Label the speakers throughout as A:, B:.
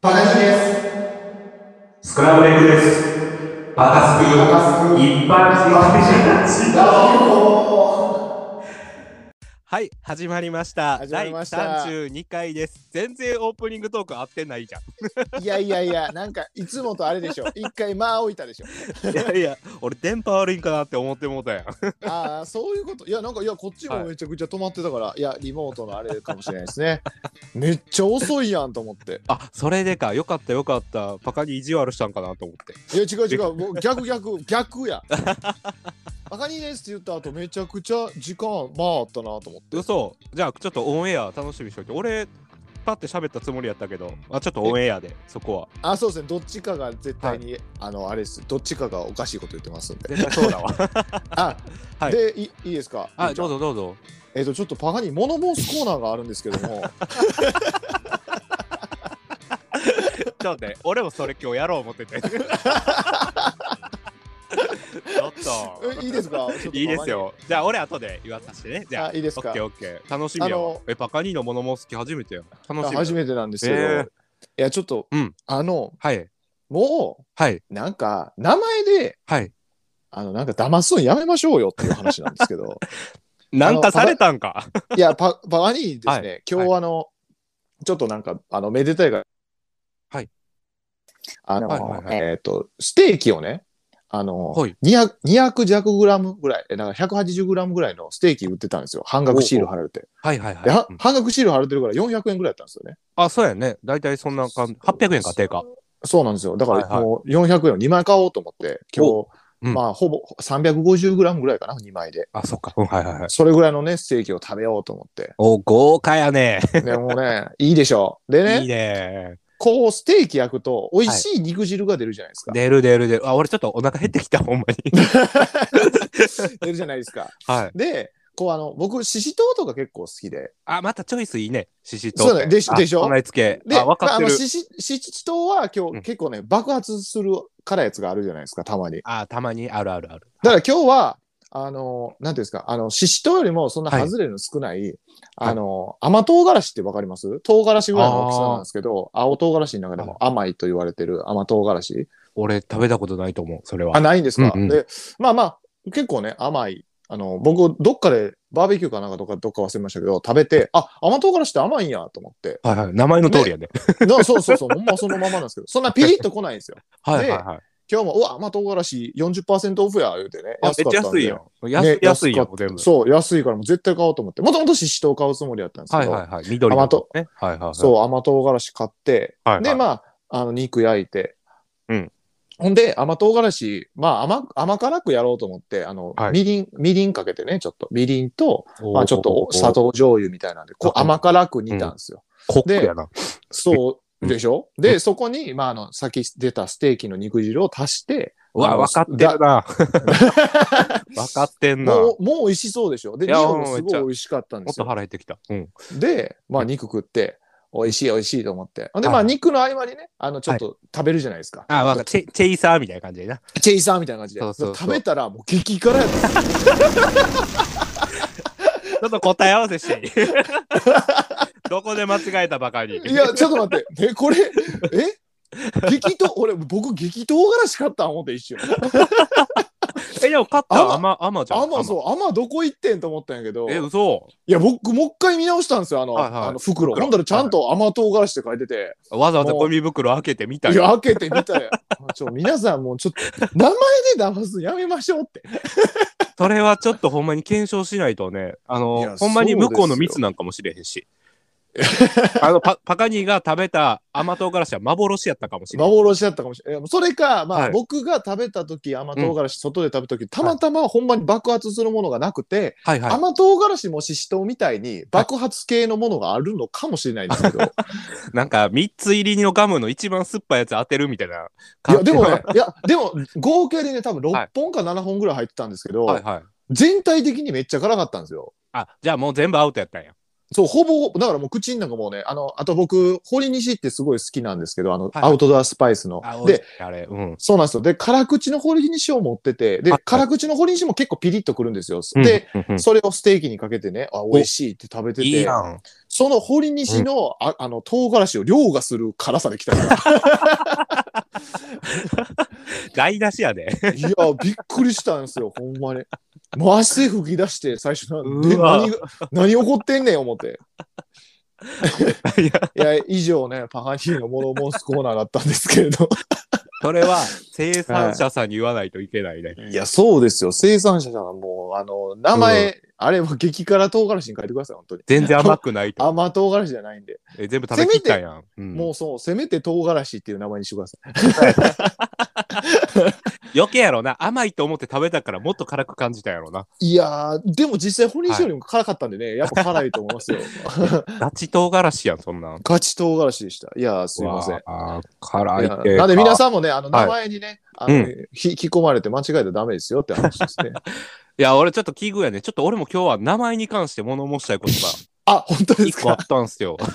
A: バカジです。
B: スクラムレイクです。バカスク。
A: バカスク
B: 一般人
A: なるほ
C: はい、始まりました。
D: 始まりました
C: 第32回です。全然オープニングトーク合ってないじゃん。
D: いやいやいや、なんかいつもとあれでしょ。一回間置いたでしょ。
C: いやいや、俺電波悪いんかなって思ってもうたやん。
D: ああ、そういうこと。いや、なんか、いや、こっちもめちゃくちゃ止まってたから、い、や、リモートのあれかもしれないですね。めっちゃ遅いやんと思って。
C: あ、それでか。よかったよかった。パカに意地悪したんかなと思って。
D: いや、違う違 う。もう逆逆、逆や。赤にですって言った後、めちゃくちゃ時間回ったなと思って。
C: 嘘。じゃあちょっとオンエア楽しみにしといて。俺、パって喋ったつもりやったけど、あちょっとオンエアで、そこ
D: あ、そうですね。どっちかが絶対に、あの、あれです。どっちかがおかしいこと言ってますん
C: は。
D: で。
C: 絶対そうだわ。
D: あ、
C: はい
D: で、いいいですか。
C: あ、どうぞどうぞ。
D: えっ、と、ちょっとパガニモノモースコーナーがあるんですけど
C: ち
D: も。
C: ょっと待って、俺もそれ今日やろう思って て。ちょっと。
D: えいいですか。ちょっと
C: いいですよ。じゃあ俺後で言わさせてね。じゃあ
D: あ、いいです
C: オッ
D: か
C: ケ。ーオッケー。楽しみや
D: あ
C: わ
D: の。
C: え、バカニーのモノモスキ初めてよ。楽
D: あ
C: しみ。
D: 初めてなんですけど、
C: えー
D: いや、ちょっと、
C: うん
D: あの、
C: はい。
D: も
C: はい。
D: う、なんか、名前で、
C: はい。
D: あの、なんか、騙すのやめましょうよっていう話なんですけ ど、
C: なんかされたんか。
D: いや、パ、パワニーですね、今
C: は
D: 日、あの、ちょっとなんか、あの、めでたいが、
C: はい。
D: あの、
C: はいはいはい
D: えっ、と、ステーキをね、あの、
C: はい
D: 200、200弱グラムぐらい、えだから180グラムぐらいのステーキ売ってたんですよ。半額シール貼られて。
C: はいはい
D: で
C: は。
D: はい
C: うん
D: 半額シール貼られてるから400円ぐらいだったんですよね。
C: あ、そうやね。だいたいそんな感じ。800円か、定価。
D: そうなんですよ。だか
C: はい
D: ら
C: はい
D: もう400円を2枚買おうと思って、今日、
C: うん
D: まあほぼ350グラムぐらいかな、2枚で。
C: あ、そっか。うん、はいはいはい。
D: それぐらいのね、ステーキを食べようと思 って。
C: お、豪華やね。
D: でもうね、いいでしょう。でね、
C: いいね。
D: こうステーキ焼くと美味しい肉汁が出るじゃないですか。
C: 出る出る出る。あ、俺ちょっとお腹減ってきた、ほんまに。
D: 出るじゃないですか。
C: はい。
D: で、こうあの、僕、ししとうとか結構好きで。
C: あ、またチョイスいいね。ししと
D: そうだねでし
C: あ
D: でしょ
C: 備え付け。
D: で、
C: あ、分かって
D: まあ
C: る。
D: ししししとうは今
C: うん
D: 日結構ね、爆発する辛いやつがあるじゃないですか、たまに。
C: あ、たまにあるあるある。
D: だから今日は、あの、なんていうんですか、あの、ししとうよりもそんな外れの少ない、あの、甘唐辛子ってわかります唐辛子ぐらいの大きさなんですけど、青唐辛子の中でも甘いと言われてる甘唐辛子。
C: 俺食べたことないと思う、それは
D: あ、。ないんですか、
C: うんうん
D: で、まあまあ、結構ね、甘い。あの、僕、どっかで、バーベキューかなんかどっか、どっか忘れましたけど、食べて、あ、甘唐辛子って甘いんやと思って。
C: はいはい。名前の通りやね。
D: だからそうそうそう、ほんまそのままなんですけど、そんなピリッと来ないんですよ。
C: はいはいはい。
D: 今日も、うわ、甘唐辛子40%オフや、言うてね。
C: あ、めっちゃ
D: ん
C: 安
D: で
C: いよ。安
D: ね
C: 安い
D: か
C: よ
D: っ、
C: 全部。
D: そう、安いからもう絶対買おうと思って。もともとししとう買うつもりだったんです
C: は
D: け
C: い
D: ど、
C: はいはい。緑
D: 甘と
C: ね。はいはいはい。
D: そう、甘唐辛子買って、
C: はいはい
D: で、まあ、あの、肉焼いて、
C: うん
D: ほんで、甘唐辛子、まあ甘、甘辛くやろうと思って、あの、
C: はい
D: みりん、みりんかけてね、ちょっと、みりんと、
C: おー
D: まあ、ちょっと砂。糖醤油みたいなんで、こう甘辛く煮たんですよ。
C: コックやな。
D: そう
C: うん
D: でしょ、
C: う
D: で、そこに、まあ、あの、さっき出たステーキの肉汁を足して、
C: うわ、
D: あの
C: 分かってる な。分かってんな。
D: も
C: も
D: う、もう美味しそうでしょで、
C: いや
D: 匂いも
C: もうめ
D: す
C: っ
D: ご
C: ちゃ
D: い美味しかったんで
C: っ
D: す
C: と
D: よ。
C: 腹減ってきた。うん。
D: で、まあ、肉食って、美味しい美味しいと思って。ほんで、
C: はい
D: まあ、肉の合間にね、あの、ちょっと食べるじゃないですか。
C: あ、分かった。チェチェイサーみたいな感じでな。
D: チェイサーみたいな感じで。
C: そうそうそう
D: 食べたら、もう激辛やった。
C: ちょっと答え合わせしてい いどこで間違えたばかり。
D: いや、ちょっと待って。え、これ、え激闘、俺、僕、激闘辛子買ったん思って一瞬。
C: え、でも勝ったら
D: あ
C: 甘、甘じゃん。
D: アマそう、アマどこ行ってんと思ったんやけど、
C: え、嘘。
D: いや、僕、もう一回見直したんですよ、あの、
C: はいはい
D: あの袋。
C: 袋
D: ほんだら、ちゃんと甘唐辛子って書いてて、
C: わざわざゴミ袋開けてみた
D: い
C: い。
D: や、開けてみたら、ちょ、皆さん、もうちょっと、名前で騙すのやめましょうって。
C: それはちょっとほんまに検証しないとね、あ
D: い
C: の、
D: や
C: ほんまに
D: そうです
C: 向
D: よ
C: こうの蜜なんかもしれへんし。 あのパ、パカニーが食べた甘唐辛子は幻やったかもしれん。
D: 幻だったかもしれない。それか、まあ、
C: はい
D: 僕が食べた時甘唐辛子、外で食べた時たまたまほんまに爆発するものがなくて、
C: はいはい。
D: 甘唐辛子もししとうみたいに爆発系のものがあるのかもしれないんですけ ど、
C: なんか、3つ入りのガムの一番酸っぱいやつ当てるみたいな。
D: いやでもね、いやでも合計でね多分
C: は
D: 6
C: い
D: 本か7本ぐらい入ってたんですけど、
C: はいはい。
D: 全体的にめっちゃ辛かったんですよ。
C: あ、じゃあもう全部アウトやったんや。
D: そうほぼだからもう口の中もうねあのあと僕堀西ってすごい好きなんですけどあの、
C: いはい
D: アウトドアスパイスの
C: あ、。美味し
D: で
C: いあれ、うん。
D: そうなんですよ。で、辛口の堀西を持ってて、で
C: はい、
D: 辛口の堀西も結構ピリッとくるんですよ。で、
C: うん、うんうん
D: それをステーキにかけてね、あ、美味しいって食べてて、
C: いいやん。
D: その堀西の、ああの、唐辛子を凌駕する辛さで来たか
C: 台無しやで。
D: ら。いや、びっくりしたんですよ、ほんまに。もう汗吹き出して、最初な、で
C: うわ
D: 何が、何起こってんねん、思って。
C: いや、
D: いや、以上ね、パガニーの物申すコーナーだったんですけれど。
C: それは生産者さんに言わないといけないね。
D: いや、そうですよ。生産者さんはもう、あの、名前、あれは激辛唐辛子に変えてください、本当に。
C: 全然甘くないと。
D: 甘唐辛子じゃないんで。
C: え全部食べきったやん。うん
D: もうそう、せめて唐辛子っていう名前にしてください。
C: 余計やろな。甘いと思って食べたからもっと辛く感じたやろな。
D: いやー、でも実際、堀西よりも辛かったんでね、 やっぱ辛いと思いますよ。
C: ガチ唐辛子やん、そんなん。
D: ガチ唐辛子でした。いやー、すいません。い
C: あ辛
D: や
C: い系か
D: なんで皆さんもね、あの
C: はい
D: 名前にね、あの
C: う
D: 引き込まれて間違えたらダメですよって話です ね。
C: いや、俺ちょっと奇遇やね。ちょっと俺も今日は名前に関して物申したいことが
D: あ、本当で
C: 一
D: す
C: 個あ
D: か。
C: ったんすよ。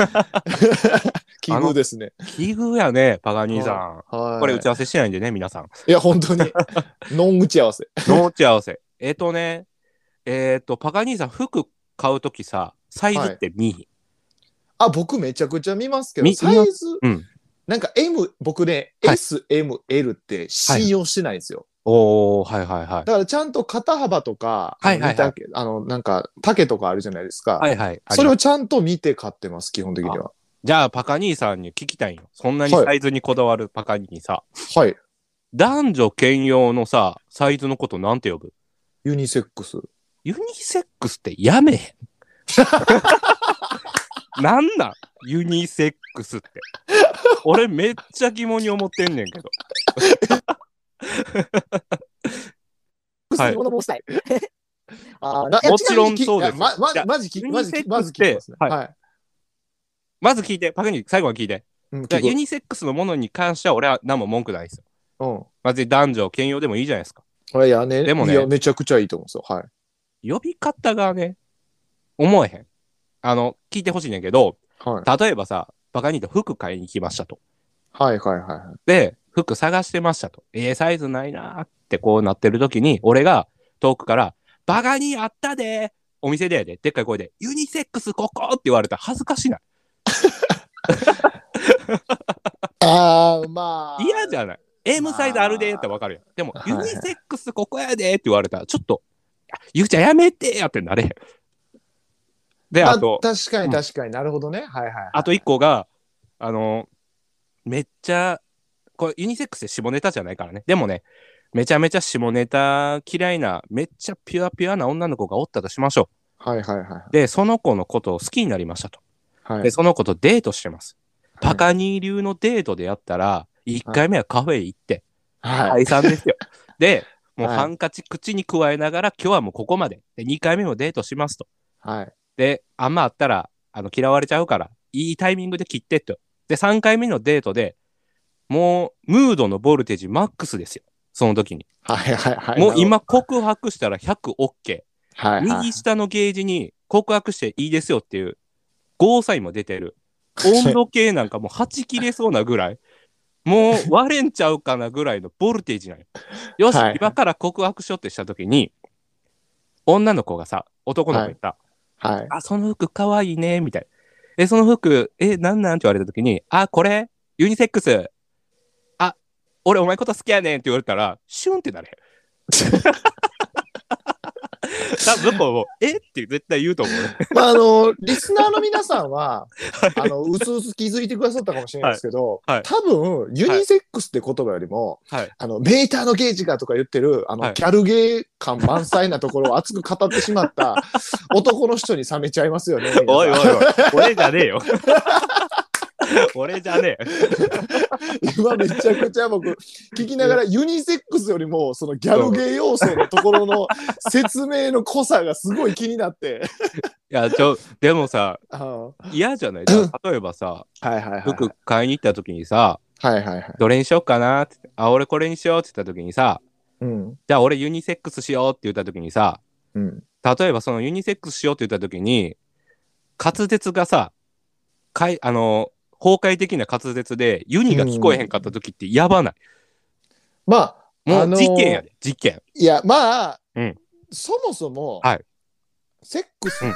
D: 奇遇ですね。
C: 奇遇やね、パガニーさん。
D: はい。
C: これ打ち合わせしてないんでね、皆さん。
D: いや、本 当に。ノン打ち合わせ。
C: ノーチ合わせ。 えっ、とね、えっ、と、パガニーさん、服買うときさ、サイズって見、
D: あ、僕めちゃくちゃ見ますけど、
C: み
D: サイズ、
C: うん
D: なんか M、僕ね、
C: はい
D: S、M、L って信用してないんですよ。
C: おおはいはいはい。
D: だからちゃんと肩幅とか、
C: はいはいはい
D: 見たけあの、なんか丈とかあるじゃないですか。
C: はいはい。
D: そ
C: あります
D: れをちゃんと見て買ってます、基本的には。
C: じゃあ、パカニーさんに聞きたいよ。そんなにサイズにこだわるパカニーさ、
D: はい。
C: 男女兼用のさ、サイズのことなんて呼ぶ
D: ユニセックス。
C: ユニセックスってやめへん。なんなんユニセックスって。俺めっちゃ疑問に思ってんねんけど。はい
E: 物申したい。
D: あ
E: ー
D: な
C: もちろんそうです
D: いやま、ま
C: じゃあ、
D: まじき、
C: ユニ
D: ま
C: セックスっ
D: じ
C: て
D: まず聞きますね。
C: はい
D: はい。
C: まず聞いて、パカニー、最後は聞いて。
D: うん、
C: じゃあ
D: 聞
C: ユ
D: く
C: ニセックスのものに関しては俺は何も文句ないですよ。
D: うん。
C: まず男女兼用でもいいじゃないですか。
D: これいやね、
C: でもね
D: いや、めちゃくちゃいいと思うんですよ。はい。
C: 呼び方がね、思えへん。あの、聞いてほしいねんけど、
D: はい。
C: 例えばさ、バカニーと服買いに来ましたと。
D: はい、はい、はいはい。
C: で、服探してましたと。ええサイズないなーってこうなってる時に、俺が遠くから、バカにあったでーお店でやで、でっかい声で、ユニセックスここって言われたら恥ずかしない。
D: あー、まあ。
C: 嫌じゃない。M サイズあるでーってわかるやん。でも、
D: はい
C: ユニセックスここやでーって言われたら、ちょっと、あゆうちゃんやめてーやってなれへん。で、
D: まあ
C: あと、
D: 確か
C: うん
D: に確かに、なるほどね。はいはいはい。
C: あと一個が、あの、めっちゃ、これユニセックスで下ネタじゃないからね。でもね、めちゃめちゃ下ネタ嫌いな、めっちゃピュアピュアな女の子がおったとしましょ
D: はいはいは
C: う。で、その子のことを好きになりましたと。
D: い。は
C: で、
D: い。
C: その子とデートしてます。
D: はい
C: パカニー流のデートでやったら、1回目はカフェ行って、
D: は
C: 解
D: い。
C: 散ですよ。 で、もう
D: はい
C: ハンカチ口に加えながら、今日はもうここまで。で、2回目もデートしますと。
D: はい。
C: で、あんまあったら、あの、嫌われちゃうから、いいタイミングで切ってと。で、3回目のデートで、もう、ムードのボルテージマックスですよ。その時に。
D: はいはいはい。
C: もう今、告白したら 100OK。
D: はいはい、
C: 右下のゲージに告白していいですよっていう、ゴーサインも出てる。温度計なんかもうはち切れそうなぐらい、もう割れんちゃうかなぐらいのボルテージなんよ。よし、
D: はい
C: 今から告白しようってした時に、女の子がさ、男の子に言った、
D: はい。
C: あ、その服かわいいね、みたいな。え、その服、え、なんなんって言われたときに、あ、これ、ユニセックス。あ、俺お前こと好きやねんって言われたら、シュンってなれへん。 多分向こうも、えって絶対言うと思うね。
D: まあ、あの、リスナーの皆さんは、あの、うすうす気づいてくださったかもしれないですけど、
C: はいはい
D: 多分、ユニセックスって言葉よりも、
C: はい
D: あの、メーターのゲージがとか言ってる、あの、
C: はい
D: キャルゲー感満載なところを熱く語ってしまった男の人に冷めちゃいますよね。皆さん
C: おいおいおい、俺じゃねえよ。 俺じゃねえ。
D: 今めちゃくちゃ僕聞きながらユニセックスよりもそのギャルゲー要素のところの説明の濃さがすごい気になって。
C: いや、ちょ、でもさ、
D: あー
C: 嫌じゃないだから例えばさ、
D: はいはいはい。
C: 服買いに行った時にさ、
D: はいはいはい。
C: どれにしようかなって、あ、俺これにしようって言った時にさ、
D: うん。
C: じゃあ俺ユニセックスしようって言った時にさ、
D: うん。
C: 例えばそのユニセックスしようって言った時に滑舌がさかいあの崩壊的な滑舌でユニが聞こえへんかった時ってやばない、
D: まあ、
C: も
D: あ
C: う
D: のー
C: 事件やで、事件
D: いや、まあ、
C: うん
D: そもそも、
C: はい
D: セックスって、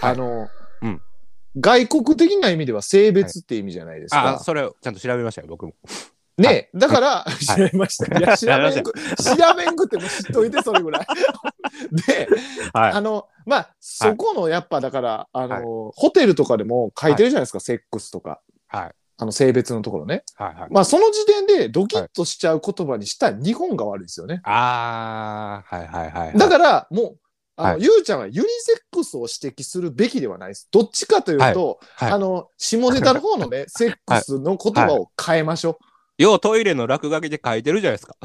D: あの、
C: うん
D: 外国的な意味では性別って意味じゃないですか。
C: あ、それ、ちゃんと調べましたよ、僕も。
D: ねだから、調べました。いや、調 べんく、調べんくっても知っといて、それぐら い。で、
C: は
D: あの、まあ、そこの、やっぱだから、あの、ホテルとかでも書いてるじゃないですか、セックスとか。
C: はい
D: あの、性別のところね。
C: い。はいはい。
D: まあ、その時点でドキッとしちゃう言葉にした日本が悪いですよね。
C: あー、はいはいはいはい。
D: だから、もう、あの、
C: はい
D: ゆうちゃんはユニセックスを指摘するべきではないです。どっちかというと、
C: はいはい
D: あの、下ネタの方 のね、セックスの言葉を変えましょ
C: ようトイレの落書きで書いてるじゃないですか。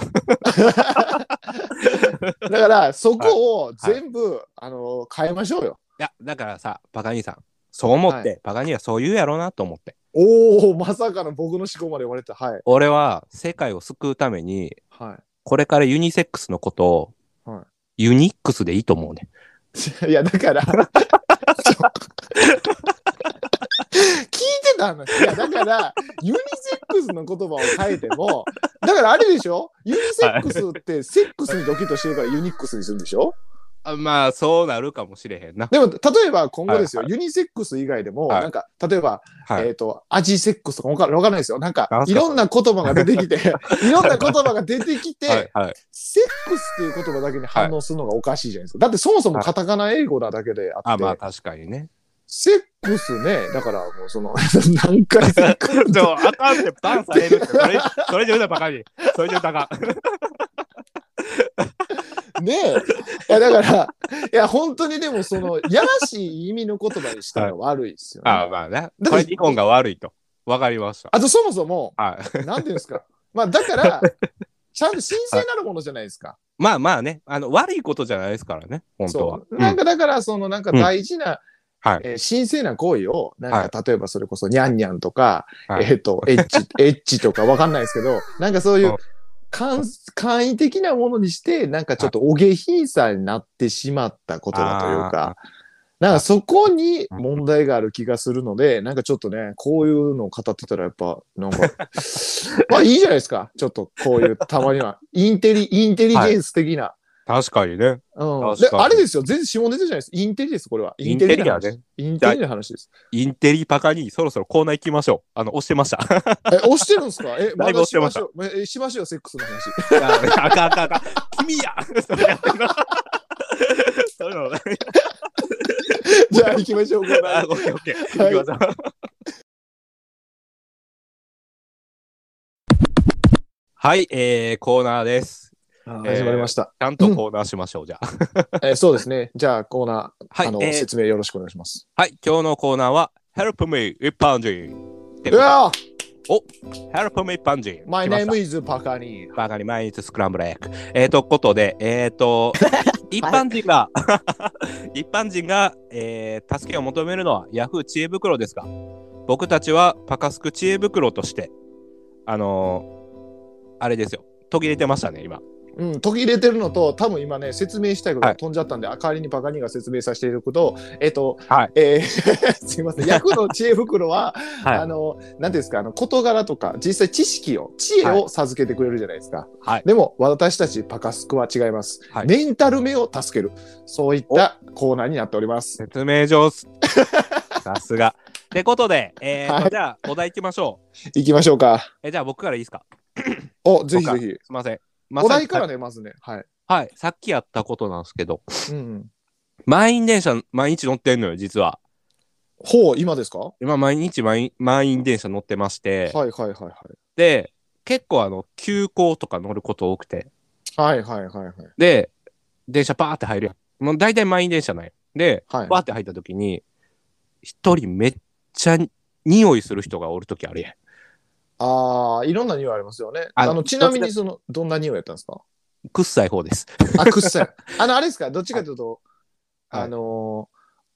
D: う。だから、そこを全部、あの、変えましょうよ。
C: いや、だからさ、バカ兄さん、そう思って、
D: は
C: バカ兄はそう言うやろうなと思って。
D: おおまさかの僕の思考まで言われた。はい。
C: 俺は世界を救うために、
D: は
C: これからユニセックスのことを、
D: は
C: ユニックスでいいと思うね。
D: い。いや、だ から。そう聞いてた話。いや、だから、ユニセックスの言葉を変えても、だからあれでしょユニセックスって、セックスにドキッとしてるからユニックスにするんでしょ
C: あまあ、そうなるかもしれへんな。
D: でも、例えば今後ですよ、ユニセックス以外でも、
C: はい
D: なんか、例えば、
C: はい。
D: えっ、と、アジセックスとかわかわかんないですよ。なんか
C: なん、す
D: い
C: か
D: ろんな言葉が出て きて、いろんな言葉が出てきて、
C: はいはい、
D: セックスっていう言葉だけに反応するのがおかしいじゃないですか。だってそもそもカタカナ英語だだけであ
C: あ、
D: って、
C: まあ確かにね。
D: セックスね、だからもうその、 何 回セックス
C: でも、あかんってバンされる って、それ、それじゃうたバカに。それじゃうたか。
D: ねえ。いや、だから、いや、本当にでもその、やらしい意味の言葉にしたら悪いですよ ね。
C: あまあね。これ、日本が悪いと。わかりました。
D: あとそもそも、
C: はい。
D: なんていうんですか。まあ、だから、ちゃんと神聖なるものじゃないですか。
C: まあまあね、あの、悪いことじゃないですからね、本当は。
D: そう。なんかだから、そのなんか大事な、
C: うんはい
D: えー神聖な行為を、なんか例えばそれこそ、にゃんにゃんとか、
C: はい
D: えっ、と、エッ チ、エッチとかわかんないですけど、なんかそういううん簡、簡易的なものにして、なんかちょっとお下品さになってしまったことだというか、なんかそこに問題がある気がするので、なんかちょっとね、こういうのを語ってたらやっぱ、なんか、 まあいいじゃないですか。ちょっとこういう、たまには、インテリ、インテリジェンス的な。
C: 確かにね。
D: うん。で
C: 確、かに
D: あれですよ。全然指紋出てるじゃないです。インテリです、これは。
C: インテリ
D: の
C: だ
D: 話。
C: ね。
D: インテリの話です。
C: インテリパカにそろそろコーナー行きましょう。あの、押してました。
D: え、押してるんですかえ、
C: だ
D: ま
C: いぶ押
D: だ
C: し
D: して
C: ま
D: ま
C: し
D: したょう。え、しましょう、セックスの話。
C: いやあかんあかんあかん。 君やそれやってな そういうの
D: じゃあ行き ましょう、コーナ
C: あ
D: ー
C: オッケーオッケー。
D: はい
C: 行きましょうはい、えー、コーナーです。
D: あ
C: えー
D: ー始まりました。
C: ちゃんとコーナーしましょう、じゃあ。
D: え、そうですね。じゃあコーナ
C: は
D: ー、
C: い、
D: あの、
C: えー
D: 説明よろしくお願いします。
C: はい、今日のコーナーは、Help me, 一般人。で
D: うわ
C: Help me, 一般人。
D: マイ
C: 来ました
D: ネームイズパカニー。
C: バカに毎日スクランブルエッグ。えー、と、ことで、えー、 と、一般人が、 一般人が、えー助けを求めるのはヤフー知恵袋ですが、僕たちはパカスク知恵袋として、あのーあれですよ、途切れてましたね、今。
D: うん、途切れてるのと、多分今ね、説明したいことが飛んじゃったんで、代わりにパカニーが説明させていただくと、えっと、
C: はい
D: えー すいません、ヤフーの知恵袋は、
C: はい
D: あの、なんていうんですか、あの、事柄とか、実際知識を、知恵を授けてくれるじゃないですか。
C: はい
D: でも、私たちパカスクは違います。
C: はい
D: メンタル目を助ける。そういったコーナーになっております。
C: 説明上 手。さすが。ってことで、えーと
D: はい
C: じゃあ、お題いきましょう。
D: 行きましょうか。
C: えじゃあ、僕からいいですか
D: お、ぜひぜひ。
C: すいません。ま
D: お題から
C: ね。
D: ね、まずね。はい。
C: はい、さっきやったことなんですけど、
D: うんうん。
C: 満員電車、毎日乗ってんのよ、実は。
D: ほう、今ですかは
C: 今毎日満員満員電車乗ってまして
D: い、はいはいはい。
C: で結構あの急行とか乗ること多くて
D: はいはいはいはい。
C: で電車パーって入るやんもう大体満員電車なんやで
D: はい
C: パーって入った時に一人めっちゃ匂いする人がおる時あるやん
D: ああ、いろんな匂いありますよね。
C: あ
D: あ
C: の
D: の、ちなみに、その、どんな匂いやったんですか
C: くっさい方です
D: あ、くっさい。あの、あれですかどっちかというと、
C: はい
D: あのー、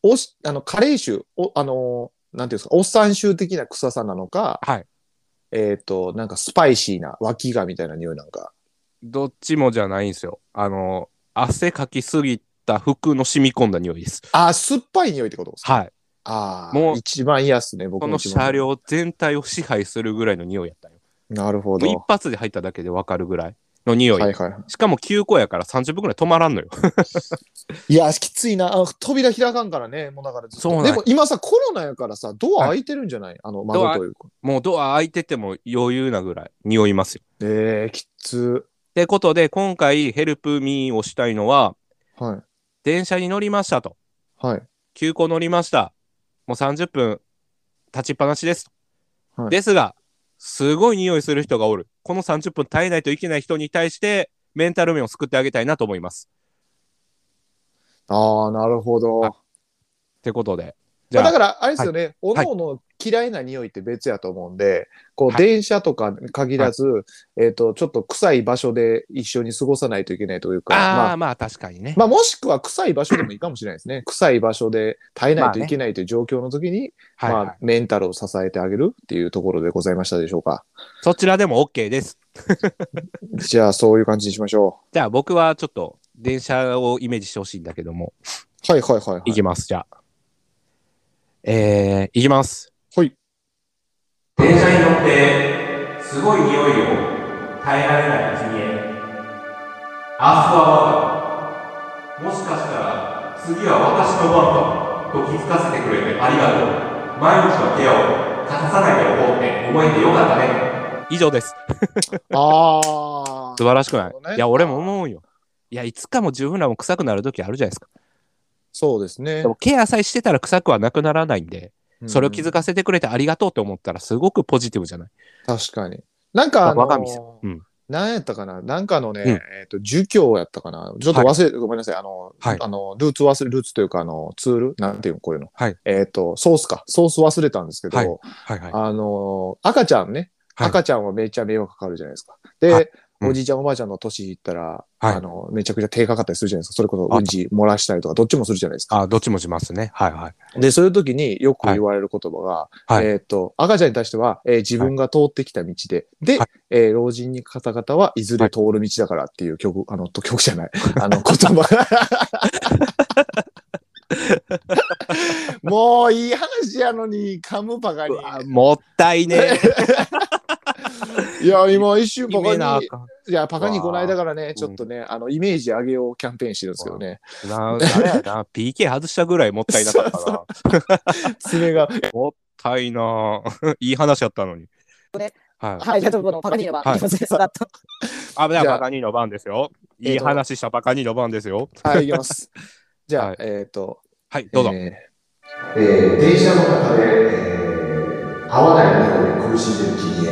D: おし、あの、カレー臭、お、あのー、なんていうんですか、おっさん臭的な臭さなのか、
C: はい
D: えっ、と、なんかスパイシーな脇がみたいな匂いなんか。
C: どっちもじゃないんすよあの汗かきすぎた服の染み込んだ匂いです
D: あー、酸っぱい匂いってことですか
C: はい
D: ああ、
C: もう
D: 一番嫌っすね、僕
C: こ
D: も
C: の
D: 一番
C: 車。両全体を支配するぐらいの匂いやったんよ
D: なるほ
C: もう一
D: ど。
C: 発で入っただけでわかるぐらいの匂い。
D: はいはい。
C: しかも9個やから30分ぐらい止まらんのよ。
D: いや、きついな。あの扉開かんからね。もうだからずっ
C: そ
D: と
C: うなんや
D: でも今さ、コロナやからさ、ドア開いてるんじゃない、あの、
C: ドア
D: 窓というか。
C: もうドア開いてても余裕なぐらい匂いますよ。
D: えー、きつ。
C: ってことで、今回ヘルプミーをしたいのは、
D: はい。
C: 電車に乗りましたと。
D: はい。
C: 急行乗りました。もう30分立ちっぱなしです。
D: はい
C: ですが、すごい匂いする人がおる。この30分耐えないといけない人に対して、メンタル面を救ってあげたいなと思います。
D: ああ、なるほど。
C: あってことで。じ
D: まあ、
C: ゃ
D: だ
C: あ、
D: から、あれですよね、おのおの嫌いな匂いって別やと思うんで、こう、
C: はい
D: 電車とかに限らず、えっ、と、ちょっと臭い場所で一緒に過ごさないといけないというか、
C: あ
D: ま
C: あー、
D: あ、
C: まあ確かにね。
D: まあ、もしくは臭い場所でもいいかもしれないです ね。臭い場所で耐えないといけないという状況の時に、ま
C: は
D: あ、
C: いはい。
D: メンタルを支えてあげるっていうところでございましたでしょうか。
C: そちらでも OK です。
D: じゃあ、そういう感じにしましょ
C: じゃあ僕はちょっと電車をイメージしてほしいんだけども。
D: う。はいはいはい、はい
C: いきます、じゃあ。えー、いきます。
D: はい。
B: 電車に乗って、すごい匂いを耐えられない君へ。明日は我が。もしかしたら、次は私の番だ。と気づかせてくれてありがとう。毎日の手を、かさないでおこうって思えてよかったね。
C: 以上です。
D: あ
C: 素晴らしくな
D: なるほど
C: い。
D: ね
C: いや、俺も思うよ。いや、いつかも自分らも臭くなる時あるじゃないですか。
D: そうですね
C: で。もケアさえしてたら臭くはなくならないんで、それを気づ
D: か
C: かせてくれてありがとうと思ったらすごくポジティブじゃない。
D: 確かに。なんか、あの
C: 若見さ
D: ー
C: うん
D: 何やったかななんかのね、
C: うん
D: えっ、と、儒教やったかなちょっと忘れ、ごめんなさい。あの、
C: はい
D: あの、ルーツ忘れ、ルーツというか、あの、ツールなんていうのこういうの。
C: はい
D: えっ、と、ソースか。ソース忘れたんですけど、
C: はいはいはい。
D: あのー赤ちゃんね。
C: はい
D: 赤ちゃんはめっちゃ迷惑かかるじゃないですか。
C: は
D: で、
C: うん
D: おじいちゃんおばあちゃんの年いったら、
C: はい
D: あの、めちゃくちゃ手かかったりするじゃないですか。それこそ
C: あ
D: うんち漏らしたりとか、どっちもするじゃないですか。
C: あ、どっちもしますね。はいはい。
D: で、そういう時によく言われる言葉が、
C: はい
D: えっ、と、赤ちゃんに対しては、えー自分が通ってきた道で、で、
C: はい
D: えー老人に方々はいずれ通る道だからっていう曲、あの、と曲じゃない、 あの、言葉 が。もういい話やのに、噛むばかり
C: う。わもったいね え。
D: いや、今一瞬パ
C: 決めな
D: カ
C: あ
D: に、
C: かん
D: いや、パカに
C: うわ
D: こ
C: ー
D: の間からね、ちょっとね、あの、イメージ上げようキャンペーンしてるんですけどね、
C: なあれや な、PK 外したぐらいもったいなかったな。
D: 爪が、
C: もったいな あ。いい話やったのに。はい。
E: はい、じゃあ、ちょっとこのパカニーの
C: は
E: 番、
C: い
E: 気持ちでさらっと。
C: あ、じゃあ
D: じゃあ
C: バカ2の番ですよ。い
D: え
C: い
D: ーと
C: 話したバカ2の番ですよ。
D: はい、いきます。じゃあ、
C: はい
D: えっ、と、
C: はい、どうぞ。
D: え
A: えー電車の中で、えー合わない猫に苦しんでる君へ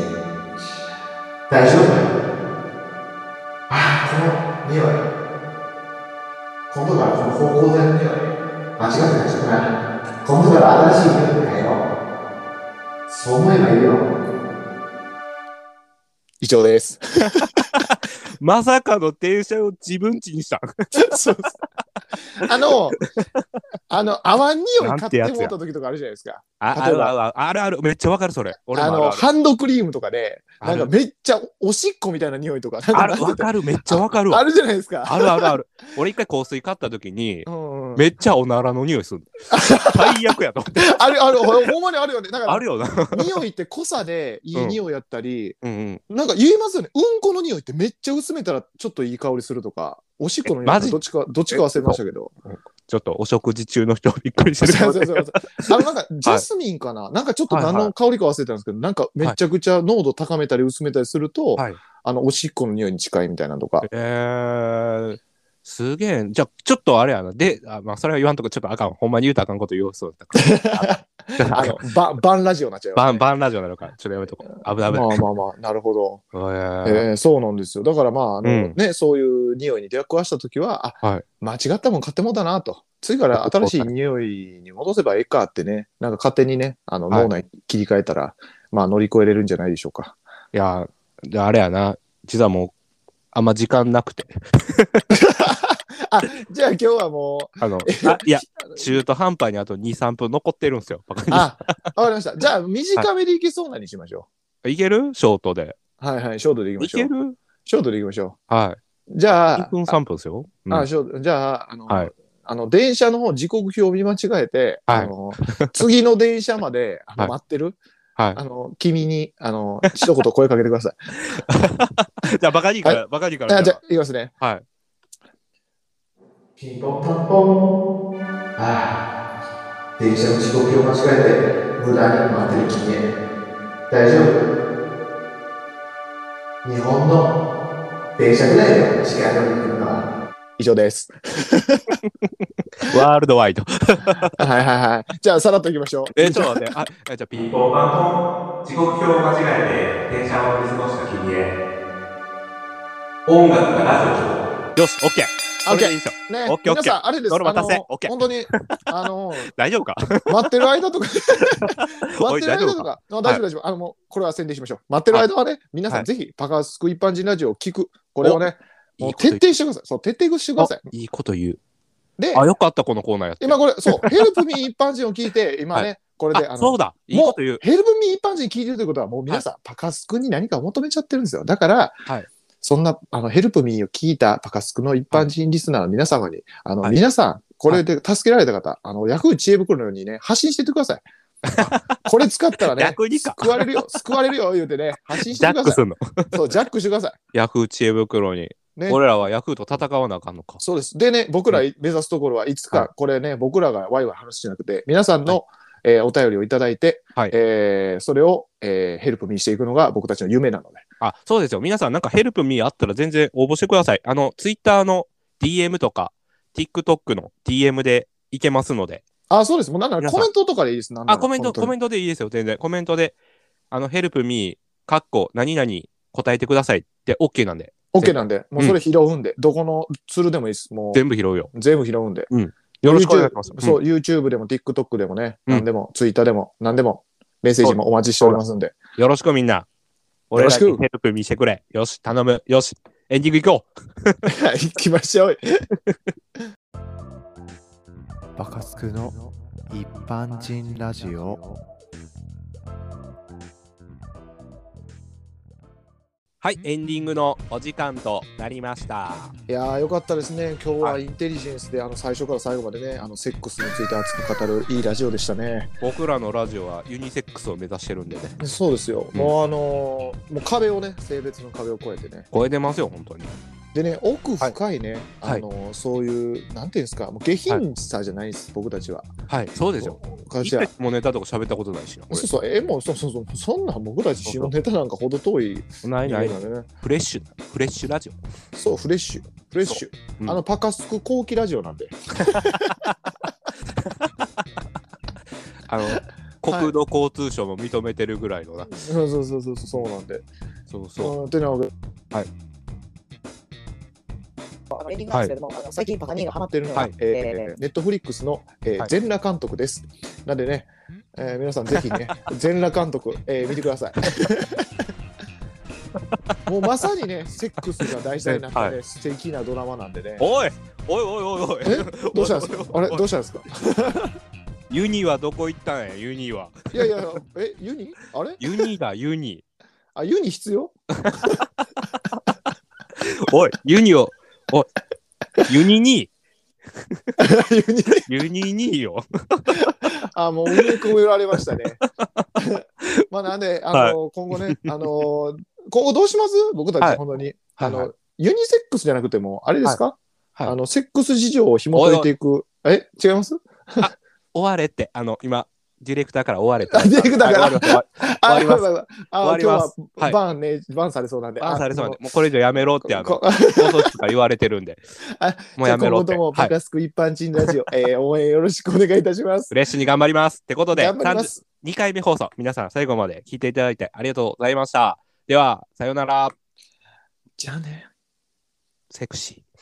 A: 大丈夫ああこの匂い今度からこの方向剤の匂い間違ってほしくない今度から新しい匂いに変えようそう思えばいいよ
D: ー以上です。
C: まさかの電車を自分ちにした。
D: そうそうあの、あの、泡匂い買って
C: なんてやつ
D: も
C: や
D: らった時とかあるじゃないですか。
C: ああ
D: 例え
C: る
D: ば
C: あるあるあるあるめっちゃわかるそれ。俺
D: あ
C: もある
D: の、
C: ある。
D: ハンドクリームとかで、
C: あ
D: な
C: る
D: んかめっちゃおしっこみたいな匂いとか、なん
C: あ
D: か
C: るわかるめっちゃわかる
D: あ
C: わ。
D: るじゃないですか。
C: あるあるある。俺一回香水買った時に
D: うんうん
C: めっちゃおならの匂いする。最悪やと思って。
D: あるある、ほほんまにあるよね。だか
C: あるよな。
D: ら、匂いって濃さでいい匂いやったり、
C: うんうん。
D: なんか言いますよね。うんこの匂いってめっちゃ薄めたらちょっといい香りするとか、おしっこの匂い
C: えマ
D: とか
C: ジ
D: どっちか、どっちか忘れましたけど。
C: ちょっとお食事中の人びっくりし
D: そう
C: てるかも
D: そ
C: し
D: うそう
C: れ
D: そ
C: ない。
D: う あのなんかジャスミンかな、なんかちょっと何の香りか忘れたんですけど、なんかめちゃくちゃ濃度高めたり薄めたりすると、
C: はい
D: あのおしっこの匂いに近いみたいなのとか。
C: えー。すげえ。じゃあ、ちょっとあれやな。で、あまあ、それは言わんとこちょっとあかん。ほんまに言うとあかんこと言おうそうだった から。
D: あの、ババンラジオになっちゃう。
C: バン、バンラジオなのか。ちょっとやめとこう。危ない危ない。
D: まあまあまあ、なるほど。
C: えー
D: えー、そうなんですよ。だからまあ、あの、
C: うん
D: ね、そういう匂いに出くわしたときは、あ、
C: はい
D: 間違ったもん買ってもうたなと。次から新しい匂いに戻せばいいかってね、なんか勝手にね、あの、
C: はい
D: 脳内切り替えたら、まあ乗り越えれるんじゃないでしょうか。
C: いや、であれやな、実はもう、あんま時間なくて。
D: じゃあ今日はもう、
C: あの、あいや、中途半端にあと2、3分残ってるんですよ。バカに
D: あ、わかりました。じゃあ、短めでいけそうなにしましょ
C: いけるショートで。
D: う。はいはい、ショートでいきま
C: い
D: しょ
C: け
D: う。
C: る
D: ショートでいきましょ
C: は
D: う。じ
C: い。
D: ゃ
C: 1
D: あ、
C: 分3分ですよ。うん
D: あ、ショート、じゃあ、あの、
C: はい
D: あの電車の方時刻表を見間違えて、
C: はい
D: あの次の電車まであの
C: はい
D: 待ってる、
C: はい
D: あの、君に、あの、一言声かけてください。
C: じゃあ、バカリーから、バカリーから。
D: あじゃあ、いきますね。
C: はい。
A: ピンポンパンポン。ああ、電車の時刻表間違えて、無駄に待ってる君へ。大丈夫日本の電車ぐらいの時間が出てくるから。
D: 以上です。
C: ワールドワ イド。
D: はいはいはい。じゃあ、さらっといきましょう。
C: え、ちょっと待って。あ、あじゃあ、ピ
B: ピン
C: ン。
B: ポンパンポン、時刻表を間違えて電車を乗り過ごした君へ。音楽がなぜ聞こ
C: よ し、オッケー。
D: オ
C: こ
D: ッ
C: れ
D: ケ
C: でいい
D: ー。
C: ですよ。
D: ね
C: オッ、ケーオッケー
D: 皆さん、あれです。
C: ノルマ達成
D: あの
C: オッケー
D: 本当に、あ の、
C: 大丈夫か
D: 待ってる間 とか、待ってる間とか、あ
C: 大
D: 大丈夫大丈夫。あの、もう、これは宣伝しましょう。待ってる間はね、皆さ
C: は
D: ん、
C: い
D: ぜひ、パカスク一般人ラジオを聞く。これをね、
C: い
D: もう
C: い
D: 徹
C: こと
D: 底してください。そう、徹底して
C: 言
D: くだ
C: う
D: さい。。
C: いいこと言う。
D: で、
C: あ、よかった、このコーナーやって。
D: 今これ、 そう、ヘルプミー一般人を聞いて、今ね、これで、
C: あ、
D: あ
C: そ
D: の
C: う、だ。いい
D: も
C: こ
D: う
C: と言う。
D: ヘルプミー一般人聞いてるということは、もう皆さん、パカスクに何かを求めちゃってるんですよ。だから
C: はい、
D: そんな、あの、ヘルプミーを聞いたパカスクの一般人リスナーの皆様に、あの、
C: はい
D: 皆さん、これで助けられた方、あの、ヤフー知恵袋のようにね、発信してってく ださい。これ使ったらね
C: 逆、にか
D: 救われるよ、救われるよ、言うてね、発信し
C: ジ
D: て
C: ャ
D: って
C: ッ
D: く
C: ク
D: ださ
C: す
D: い。
C: んの。
D: そう、ジャックしてくださ
C: ヤフー知恵袋に。
D: い。ね。
C: 俺らはヤフーと戦わなあかんのか。
D: そうです。でね、僕ら
C: う
D: 目指すところはいつ
C: は
D: か、これね、僕らがワイワイ話してなくて、皆さんの、えーお便りをいただいて、
C: はい
D: えーそれを、えーヘルプにしていくのが僕たちの夢なので。
C: あ、そうですよ。皆さん、なんかヘルプミーあったら全然応募してください。あの、ツイッターの DM とか、TikTok の DM でいけますので。
D: あ、そうです。もうなんなら
C: 皆さん
D: コメントとかでいいです。なんな
C: あ、
D: ら
C: コメント、コメ
D: ン
C: ントでいいですよ。全然。コメントで、あの、ヘルプミー、かっこ、何々答えてくださいって OK なんで、
D: ト。OK なんで、もうそれ拾うんで、どこのツールでもいいです。もう
C: 全部拾うよ。
D: 全部拾うんで。
C: よろしくお願いします。
D: YouTube そうう、
C: ん
D: YouTube でも TikTok でもね、
C: うん
D: 何でも、Twitter でも、何でも、メッセージもお待ちしておりますんで。
C: よろしくみんな。
D: よ
C: 俺
D: ろ
C: ら
D: しく
C: にヘルプ見してくれ。よし、頼む。よし、エンディング行こう。
D: はい、行きましょう。
E: バカスクの一般人ラジオ
C: はい、エンディングのお時間となりました。
D: いやーよかったですね。今日ははいインテリジェンスで、あの最初から最後までね、あのセックスについて熱く語るいいラジオでしたね。
C: 僕らのラジオはユニセックスを目指してるんでね。
D: そうですよ。
C: うん
D: もうあのーもう壁をね、性別の壁を越えてね。
C: 超えてますよ、本当に。
D: でね、奥深いね、
C: はい
D: あのーそういう、なんていうんですか、もう下品さじゃないです、僕たちは。
C: はい、そうですよ。
D: 私
C: 一
D: は
C: 回。もネタとか喋ったことないしな、こ
D: そうそう、えもうそうそうそう、そんなん僕たち下ネタなんかほど遠い
C: れ。 ない
D: 人
C: な
D: 間
C: い
D: な。んでね。
C: フレッシュな、フレッシュラジオ。
D: そう、フレッシュ。フレッシュ。
C: うん
D: あの、パカスク後期ラジオなんで。
C: あの、国土交通省も認めてるぐらいのな。
D: そうそうそうそう、そうなんで。
C: そうそう。
D: そう。てなわけで
F: あのエンディングなんですけれども、あの最近パカニーがハマってるのが、
C: はい
D: えーネットフリックスの、えー
C: はい
D: 全裸監督です。なんでね、えー皆さんぜひね、全裸監督、えー見てください。もうまさにね、セックスが大事な中で、素敵なドラマなんでね。
C: おいおいおいおいおい
D: えどうしたんですかあれ、ど
C: し
D: うしたんですか
C: ユニはどこ行ったんや、ユニは。
D: いやいや、え、ユニあれ
C: ユニだ、ユニ。
D: あ、ユニ必要
C: おい、ユニを、おい、ユニに、
D: ユニ
C: ユニによ。
D: あ、もう、うめくめられました ね。まあ、なんで、あの、今後ね、あの、今後どうします僕たち、
C: はい
D: 本当に。
C: はい
D: あの、ユニセックスじゃなくても、あれですか、
C: はいはい
D: あの、セックス事情を紐解いていく。え、違います
C: 終われって、あの、今、ディレクターから終われって。
D: あディレクターか
C: は
D: ら
C: い終わり終わり
D: あ、
C: 終わります終わり
D: ごめんごめんあ
C: ます
D: 今日
C: は
D: は、
C: い
D: バンね、バンされそうなんで。
C: バンされそうなん
D: で
C: で、もうこれ以上やめろって、あの、放送室から言われてるんで
D: あ、
C: もうやめろっ
D: じ
C: て。
D: ゃあ 今後とも
C: は
D: パ
C: い。
D: カスク一般人ラジオ、えー応援よろしくお願いいたします。
C: フレッシュに頑張ります。ってことで、
D: 頑張ります。
C: 2回目放送、皆さん最後まで聞いていただいてありがとうございました。では、さようなら、
D: じゃあね。
C: セクシー。